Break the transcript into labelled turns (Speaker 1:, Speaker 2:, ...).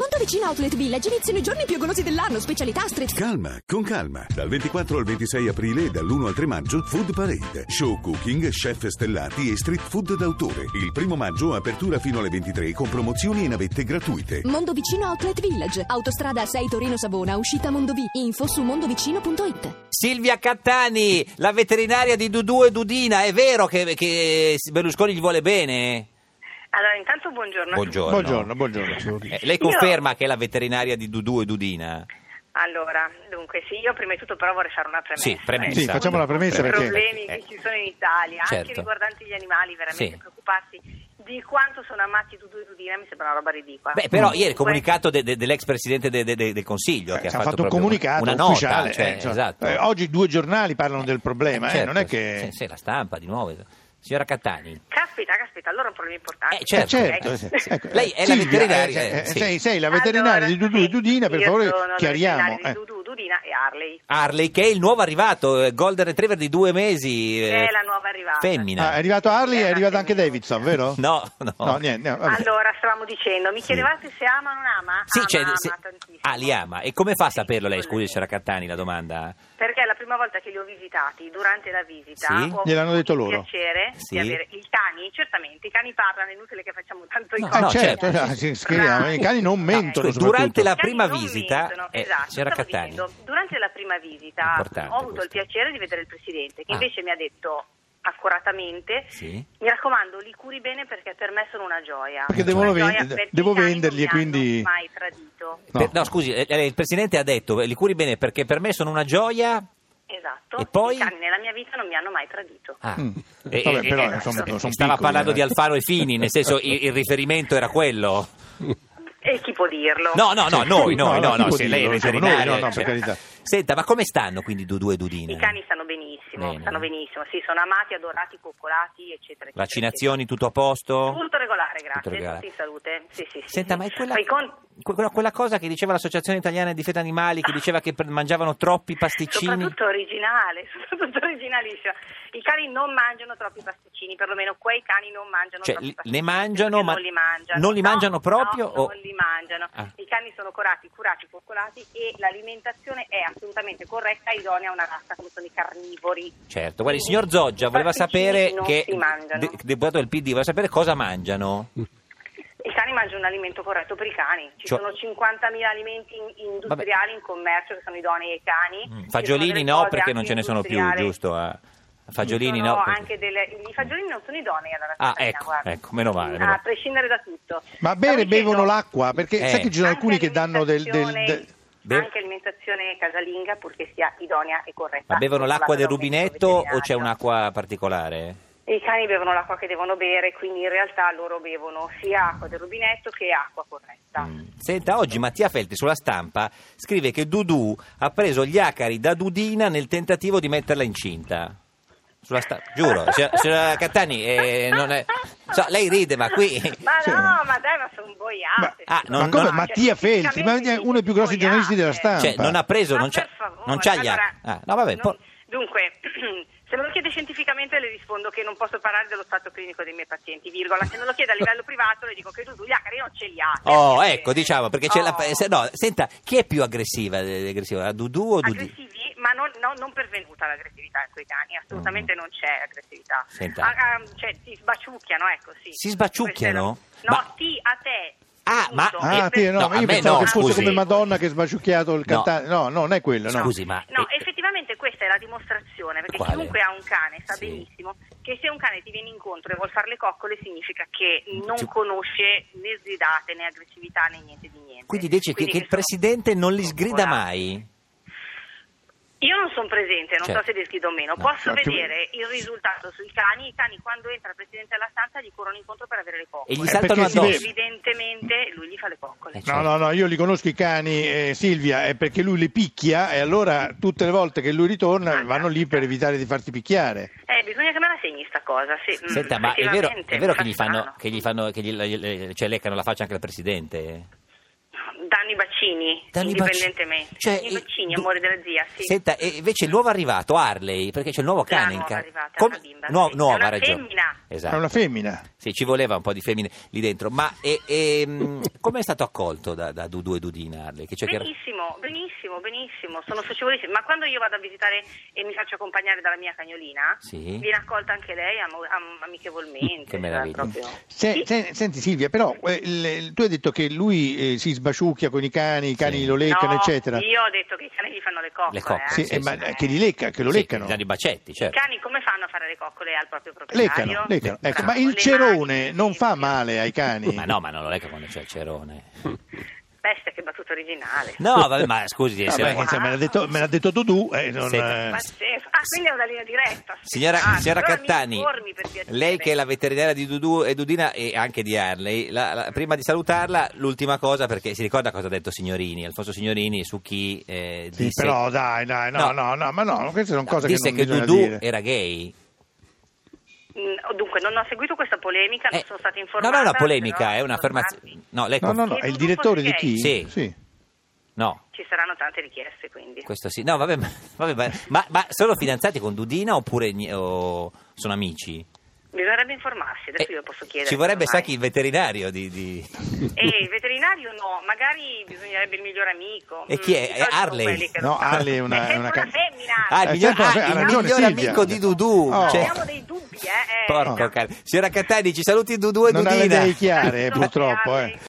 Speaker 1: Officina Outlet Village iniziano i giorni più golosi dell'anno, specialità street
Speaker 2: Calma, con calma. Dal 24 al 26 aprile e dall'1 al 3 maggio, Food Parade, show cooking, chef stellati e street food d'autore. Il primo maggio apertura fino alle 23 con promozioni e navette gratuite.
Speaker 1: Mondovicino Outlet Village, autostrada 6 Torino Savona, uscita Mondovì, info su mondovicino.it.
Speaker 3: Silvia Cattani, la veterinaria di Dudu e Dudina, è vero che, che Berlusconi gli vuole bene?
Speaker 4: Allora, intanto buongiorno. a
Speaker 3: Buongiorno.
Speaker 5: Buongiorno, buongiorno.
Speaker 3: Eh, lei conferma che è la veterinaria di Dudu e Dudina?
Speaker 4: tutti. Allora, dunque, sì, io prima di tutto però vorrei fare una premessa.
Speaker 3: Sì, premessa.
Speaker 5: Sì, facciamo la premessa
Speaker 4: I
Speaker 5: perché...
Speaker 4: problemi che ci sono in Italia, anche
Speaker 3: Certo.
Speaker 4: riguardanti gli animali, veramente
Speaker 3: Sì.
Speaker 4: preoccuparsi di quanto sono amati Dudu e Dudina, mi sembra una roba ridicola.
Speaker 3: Beh, però ieri il
Speaker 4: Dunque,
Speaker 3: comunicato de- de- dell'ex presidente de- de- de- del Consiglio
Speaker 5: Eh,
Speaker 3: che ha
Speaker 5: ci
Speaker 3: fatto,
Speaker 5: ha fatto un
Speaker 3: proprio
Speaker 5: comunicato
Speaker 3: una nota,
Speaker 5: ufficiale.
Speaker 3: cioè,
Speaker 5: eh, insomma.
Speaker 3: esatto.
Speaker 5: Eh, oggi due giornali parlano del problema, eh,
Speaker 3: Certo,
Speaker 5: non è che...
Speaker 3: Sì, sì, la stampa di nuovo. eh. Signora Cattani.
Speaker 4: Caspita, caspita, allora è un problema importante.
Speaker 3: Eh,
Speaker 5: Eh,
Speaker 3: certo.
Speaker 4: Ecco.
Speaker 5: sì, sì.
Speaker 3: Ecco. Lei è la
Speaker 5: Silvia,
Speaker 3: veterinaria,
Speaker 5: eh,
Speaker 3: eh, sì.
Speaker 5: sei, sei la
Speaker 4: Allora,
Speaker 5: veterinaria di Dudu e
Speaker 4: sì,
Speaker 5: Dudina, per
Speaker 4: io
Speaker 5: favore
Speaker 4: sono la
Speaker 5: chiariamo.
Speaker 4: veterinaria
Speaker 5: eh.
Speaker 4: di Dudu, Dudina e Harley.
Speaker 3: Harley, che è il nuovo arrivato, eh, Golden Retriever di due mesi.
Speaker 4: Che
Speaker 3: eh,
Speaker 4: è la nuova arrivata.
Speaker 5: Ah,
Speaker 3: Femmina.
Speaker 5: è arrivato Harley e è
Speaker 4: Eh,
Speaker 5: arrivato
Speaker 4: sì.
Speaker 5: anche Davidson, vero?
Speaker 3: No, no.
Speaker 5: No, niente. no, vabbè.
Speaker 4: Allora, stavamo dicendo, mi chiedevate se ama o non ama?
Speaker 3: Sì,
Speaker 4: ama,
Speaker 3: cioè,
Speaker 4: ama
Speaker 3: se-
Speaker 4: tantissimo.
Speaker 3: ah, li ama. E come fa a
Speaker 4: Sì,
Speaker 3: saperlo lei? Scusi,
Speaker 4: quello-
Speaker 3: c'era Cattani la domanda.
Speaker 4: Perché la prima volta che li ho visitati, durante la visita,
Speaker 3: Sì?
Speaker 4: ho avuto
Speaker 5: Gliel'hanno detto
Speaker 4: il
Speaker 5: loro.
Speaker 4: piacere
Speaker 3: Sì.
Speaker 4: di avere i cani, certamente, i cani parlano, è inutile che facciamo tanto i
Speaker 3: No,
Speaker 5: Ah,
Speaker 4: cani.
Speaker 3: no,
Speaker 5: certo,
Speaker 3: certo,
Speaker 5: eh, sì, scriviamo, i cani non mentono.
Speaker 3: scusi, durante
Speaker 5: soprattutto.
Speaker 3: la
Speaker 4: I cani
Speaker 3: prima
Speaker 4: non
Speaker 3: visita,
Speaker 4: mentono,
Speaker 3: eh,
Speaker 4: esatto,
Speaker 3: c'era
Speaker 4: stavo
Speaker 3: Cattani.
Speaker 4: dicendo, durante la prima visita
Speaker 3: Importante
Speaker 4: ho avuto il
Speaker 3: questo.
Speaker 4: piacere di vedere il presidente, che
Speaker 3: Ah.
Speaker 4: invece mi ha detto accuratamente,
Speaker 3: Sì.
Speaker 4: mi raccomando, li curi bene perché per me sono una gioia.
Speaker 5: Perché
Speaker 4: Una
Speaker 5: devono
Speaker 4: gioia
Speaker 5: vend-
Speaker 4: perché
Speaker 5: devo
Speaker 4: i cani non
Speaker 5: venderli
Speaker 4: mi
Speaker 5: e quindi-
Speaker 4: hanno mai tradito.
Speaker 3: Per- No. scusi, eh, eh, il presidente ha detto, eh, li curi bene perché per me sono una gioia.
Speaker 4: Esatto,
Speaker 3: E poi?
Speaker 4: i cani nella mia vita non mi hanno mai tradito.
Speaker 3: Ah.
Speaker 5: Mm.
Speaker 3: Eh,
Speaker 5: Vabbè,
Speaker 3: eh,
Speaker 5: però,
Speaker 3: eh,
Speaker 5: insomma,
Speaker 3: eh,
Speaker 5: sono
Speaker 3: stava
Speaker 5: piccoli,
Speaker 3: parlando
Speaker 5: eh.
Speaker 3: di Alfano e Fini, nel senso il, il riferimento era quello.
Speaker 4: E chi può dirlo?
Speaker 3: No, no, no, noi, noi, no,
Speaker 5: no,
Speaker 3: no,
Speaker 5: tipo
Speaker 3: se
Speaker 5: di-
Speaker 3: lei è
Speaker 5: diciamo noi,
Speaker 3: veterinario.
Speaker 5: insomma,
Speaker 3: cioè,
Speaker 5: noi, no, no, per carità.
Speaker 3: Senta, ma come stanno quindi Dudu e Dudina?
Speaker 4: I cani stanno benissimo,
Speaker 3: Bene.
Speaker 4: stanno benissimo, sì, sono amati, adorati, coccolati, eccetera. eccetera,
Speaker 3: Vaccinazioni tutto a posto?
Speaker 4: eccetera. Tutto regolare, grazie,
Speaker 3: Tutto regolare.
Speaker 4: tutti in salute. Sì, sì, sì.
Speaker 3: Senta, ma è quella,
Speaker 4: Poi con-
Speaker 3: que- quella, quella cosa che diceva l'Associazione Italiana di Difesa Animali, che diceva che pre- mangiavano troppi pasticcini?
Speaker 4: Soprattutto originale, soprattutto originalissima. I cani non mangiano troppi pasticcini, perlomeno quei cani non mangiano
Speaker 3: Cioè,
Speaker 4: troppi
Speaker 3: li-
Speaker 4: pasticcini.
Speaker 3: ne mangiano,
Speaker 4: perché
Speaker 3: ma
Speaker 4: non li mangiano.
Speaker 3: non li
Speaker 4: No,
Speaker 3: mangiano proprio
Speaker 4: no,
Speaker 3: o-
Speaker 4: Non li mangiano.
Speaker 3: Ah.
Speaker 4: I cani sono corati, curati, coccolati e l'alimentazione è assolutamente corretta, idonea a una razza come sono i carnivori.
Speaker 3: Certo, guarda, il signor Zoggia voleva
Speaker 4: Pasticcini
Speaker 3: sapere
Speaker 4: non
Speaker 3: che,
Speaker 4: si mangiano.
Speaker 3: de- deputato del PD, voleva sapere cosa mangiano. Mm.
Speaker 4: I cani mangiano un alimento corretto per i cani. Ci
Speaker 3: Cioè-
Speaker 4: sono 50.000 alimenti in- industriali in commercio che sono idonei ai cani.
Speaker 3: Mm,
Speaker 4: Ci sono
Speaker 3: Fagiolini
Speaker 4: delle
Speaker 3: no,
Speaker 4: cose
Speaker 3: perché non
Speaker 4: anche
Speaker 3: ce ne sono più,
Speaker 4: industriali.
Speaker 3: giusto? ah. Fagiolini
Speaker 4: Sono
Speaker 3: no. perché-
Speaker 4: anche delle- I fagiolini non sono idonei alla
Speaker 3: Ah,
Speaker 4: razzolina,
Speaker 3: ecco,
Speaker 4: guarda.
Speaker 3: ecco, meno male, meno
Speaker 4: A
Speaker 3: male.
Speaker 4: prescindere da tutto.
Speaker 5: Ma
Speaker 4: Stavo
Speaker 5: bere
Speaker 4: dicendo,
Speaker 5: bevono l'acqua, perché
Speaker 3: Eh.
Speaker 5: sai che ci sono
Speaker 4: anche
Speaker 5: alcuni che danno del... del-
Speaker 4: alimentazione-
Speaker 5: del-
Speaker 3: Be-
Speaker 4: Anche alimentazione casalinga, purché sia idonea e corretta.
Speaker 3: Ma bevono l'acqua del
Speaker 4: Vado da un
Speaker 3: rubinetto
Speaker 4: medico
Speaker 3: o c'è
Speaker 4: veterinario.
Speaker 3: un'acqua particolare?
Speaker 4: I cani bevono l'acqua che devono bere, quindi in realtà loro bevono sia acqua del rubinetto che acqua corretta.
Speaker 3: Mm. Senta, oggi Mattia Felti sulla stampa scrive che Dudu ha preso gli acari da Dudina nel tentativo di metterla incinta. Sulla sta- giuro, signora- signora Cattani, eh, non è- so, lei ride, ma qui...
Speaker 4: Ma
Speaker 5: Sì.
Speaker 4: no, ma dai, ma sono boiate.
Speaker 3: Ma- ah, non-
Speaker 5: ma come
Speaker 3: non-
Speaker 5: Mattia Felti, ma è uno dei più grossi giornalisti della stampa.
Speaker 3: Cioè, non ha preso,
Speaker 4: Ma
Speaker 3: non c'ha,
Speaker 4: per favore,
Speaker 3: non c'ha gli
Speaker 4: allora,
Speaker 3: acari. Ah, no, vabbè,
Speaker 4: non-
Speaker 3: po-
Speaker 4: Dunque, se me lo chiede scientificamente le rispondo che non posso parlare dello stato clinico dei miei pazienti, virgola. Se me lo chiede a livello privato le dico che tu gli acari non ce li ha.
Speaker 3: Oh,
Speaker 4: Eh,
Speaker 3: ecco, diciamo, perché c'è la...
Speaker 4: Oh.
Speaker 3: se- no, senta, chi è più aggressiva? eh, aggressiva la Dudu o Dudina?
Speaker 4: aggressivi, ma non, no- non pervenuta l'aggressività in quei cani, assolutamente non c'è aggressività.
Speaker 3: Senta.
Speaker 4: Ah, ah, cioè, si sbaciucchiano, ecco, sì.
Speaker 3: Si sbaciucchiano?
Speaker 4: Questo è lo-
Speaker 3: Ma-
Speaker 4: No, sì, a te.
Speaker 3: Ah, ma-
Speaker 4: Punto.
Speaker 5: Ah,
Speaker 3: Eh,
Speaker 5: te, no,
Speaker 3: no,
Speaker 5: ma
Speaker 3: a
Speaker 5: io
Speaker 3: me
Speaker 5: pensavo
Speaker 3: no,
Speaker 5: che fosse
Speaker 3: scusi.
Speaker 5: come Madonna che ha sbaciucchiato il cantante. No, no, non è quello, no.
Speaker 3: Scusi, ma...
Speaker 4: No,
Speaker 3: eh,
Speaker 4: effettivamente questa è la dimostrazione, perché
Speaker 3: Quale?
Speaker 4: chiunque ha un cane sa
Speaker 3: Sì.
Speaker 4: benissimo che se un cane ti viene incontro e vuol fare le coccole significa che non
Speaker 3: Ci-
Speaker 4: conosce né sgridate né aggressività né niente di niente.
Speaker 3: Quindi dice che,
Speaker 4: Quindi
Speaker 3: che il
Speaker 4: sono-
Speaker 3: presidente non li
Speaker 4: sono
Speaker 3: sgrida
Speaker 4: colati.
Speaker 3: mai?
Speaker 4: Io non sono presente, non
Speaker 3: Certo.
Speaker 4: so se li scrivo o meno.
Speaker 3: No,
Speaker 4: Posso
Speaker 5: certo.
Speaker 4: vedere il risultato sui cani. I cani, quando entra il presidente alla stanza, gli corrono incontro per avere le coccole.
Speaker 3: E gli
Speaker 5: Eh,
Speaker 3: saltano
Speaker 5: perché si
Speaker 3: addosso?
Speaker 5: vede.
Speaker 4: Evidentemente lui gli fa le coccole.
Speaker 3: Eh,
Speaker 5: No, no, no, io li conosco i cani, eh, Silvia, è perché lui li picchia e allora tutte le volte che lui ritorna vanno lì per evitare di farti picchiare.
Speaker 4: Eh, bisogna che me la segni sta cosa. Sì. Mm,
Speaker 3: certo. Senta, ma è vero, è
Speaker 4: effettivamente,
Speaker 3: vero
Speaker 4: fa
Speaker 3: che gli fanno,
Speaker 4: strano.
Speaker 3: che gli fanno, che gli, le- le- cioè leccano la faccia anche al presidente?
Speaker 4: Da danno i bacini,
Speaker 3: Danno i baci-
Speaker 4: indipendentemente.
Speaker 3: cioè,
Speaker 4: I
Speaker 3: eh,
Speaker 4: bacini,
Speaker 3: du-
Speaker 4: amore della zia, sì.
Speaker 3: Senta, e invece il nuovo arrivato, Harley, perché c'è il nuovo
Speaker 4: La
Speaker 3: cane in
Speaker 4: nuova
Speaker 3: casa.
Speaker 4: arrivata, la bimba,
Speaker 3: nuo-
Speaker 4: sì.
Speaker 3: nuova,
Speaker 4: È una
Speaker 3: ha ragione.
Speaker 4: femmina.
Speaker 5: È
Speaker 3: Esatto.
Speaker 5: una femmina.
Speaker 3: Sì, ci voleva un po' di femmine lì dentro. Ma e, e, come è stato accolto da, da Dudu e Dudina Harley? Che c'è cioè, che-
Speaker 4: Benissimo, benissimo, benissimo, sono socievolissima. Ma quando io vado a visitare e mi faccio accompagnare dalla mia cagnolina,
Speaker 3: Sì.
Speaker 4: viene accolta anche lei amo- am- amichevolmente.
Speaker 3: Che meraviglia.
Speaker 4: cioè, proprio-
Speaker 5: Se-
Speaker 4: Sì.
Speaker 5: se- senti Silvia, però eh, il- tu hai detto che lui eh, si sbaciucchia con i cani, i cani
Speaker 3: Sì.
Speaker 5: lo leccano,
Speaker 4: No,
Speaker 5: eccetera.
Speaker 4: Io ho detto che i cani gli fanno le coccole.
Speaker 3: Le coccole,
Speaker 4: eh.
Speaker 5: Sì,
Speaker 3: sì, sì,
Speaker 5: eh, ma
Speaker 3: sì.
Speaker 5: che li lecca, che lo
Speaker 3: Sì,
Speaker 5: leccano.
Speaker 3: danno i bacetti,
Speaker 4: I
Speaker 3: certo.
Speaker 4: cani come fanno a fare le coccole al proprio proprietario?
Speaker 5: Leccano, leccano. Ecco,
Speaker 4: Bravo,
Speaker 5: ma il
Speaker 4: le
Speaker 5: cerone
Speaker 4: mani,
Speaker 5: non
Speaker 4: sì,
Speaker 5: fa
Speaker 4: sì.
Speaker 5: male ai cani?
Speaker 3: Ma no, ma non lo leggo quando c'è il cerone.
Speaker 4: Bestia, che battuta originale.
Speaker 3: No, vabbè, ma scusi,
Speaker 5: Vabbè,
Speaker 3: signora-
Speaker 5: insomma, Ah, me, l'ha detto, me l'ha detto Dudu. eh, non,
Speaker 3: Senta.
Speaker 5: eh.
Speaker 4: Pazzesco. Ah, quindi è una linea diretta.
Speaker 3: Mm. Signora,
Speaker 4: Ah,
Speaker 3: signora
Speaker 4: allora mi
Speaker 3: Cattani,
Speaker 4: informi, per piacere.
Speaker 3: lei che è la veterinaria di Dudu e Dudina e anche di Harley, la- la- prima di salutarla, l'ultima cosa, perché si ricorda cosa ha detto Signorini, Alfonso Signorini, su chi eh,
Speaker 5: Sì,
Speaker 3: disse,
Speaker 5: però dai, dai, no, no, no, ma no, queste sono
Speaker 3: no,
Speaker 5: cose
Speaker 3: disse che,
Speaker 5: che non bisogna
Speaker 3: Dudu
Speaker 5: dire.
Speaker 3: era gay.
Speaker 4: Mm, Dunque, non ho seguito questa polemica, non
Speaker 3: Eh,
Speaker 4: sono stata
Speaker 3: No,
Speaker 4: informata.
Speaker 3: non è una polemica,
Speaker 4: però
Speaker 3: è un'affermazione.
Speaker 4: informarmi.
Speaker 3: No, lei
Speaker 5: No,
Speaker 3: conf-
Speaker 5: no, no,
Speaker 4: che
Speaker 5: è il
Speaker 4: Dudu
Speaker 5: direttore di
Speaker 4: fosse
Speaker 5: chi?
Speaker 3: gay. Sì. no,
Speaker 4: Ci saranno tante richieste, quindi.
Speaker 3: questo sì. No, vabbè, ma, vabbè, ma, ma- ma sono fidanzati con Dudina oppure ni- o sono amici?
Speaker 4: Bisognerebbe informarsi, adesso
Speaker 3: Eh,
Speaker 4: io posso chiedere.
Speaker 3: Ci vorrebbe, sa
Speaker 4: ormai.
Speaker 3: chi, il veterinario di... di-
Speaker 4: Eh, il veterinario no, magari bisognerebbe il miglior amico.
Speaker 3: E chi è?
Speaker 4: di solito
Speaker 3: È Harley?
Speaker 4: sono quelli che
Speaker 5: No,
Speaker 4: lo sanno.
Speaker 5: Harley è una-
Speaker 4: sempre
Speaker 5: è una ca-
Speaker 4: femmina.
Speaker 3: Ah, il
Speaker 5: Eh,
Speaker 3: miglior,
Speaker 5: certo,
Speaker 3: ah,
Speaker 5: ha
Speaker 3: il
Speaker 5: ragione
Speaker 3: miglior
Speaker 5: Silvia.
Speaker 3: amico di Dudu.
Speaker 5: Oh.
Speaker 3: cioè-
Speaker 4: Abbiamo dei dubbi, eh. eh.
Speaker 3: Porco cane. Signora Cattani, ci saluti Dudu e
Speaker 5: Non ha le
Speaker 3: Dudina.
Speaker 5: idee chiare,
Speaker 4: No,
Speaker 5: purtroppo. eh.
Speaker 4: chiare.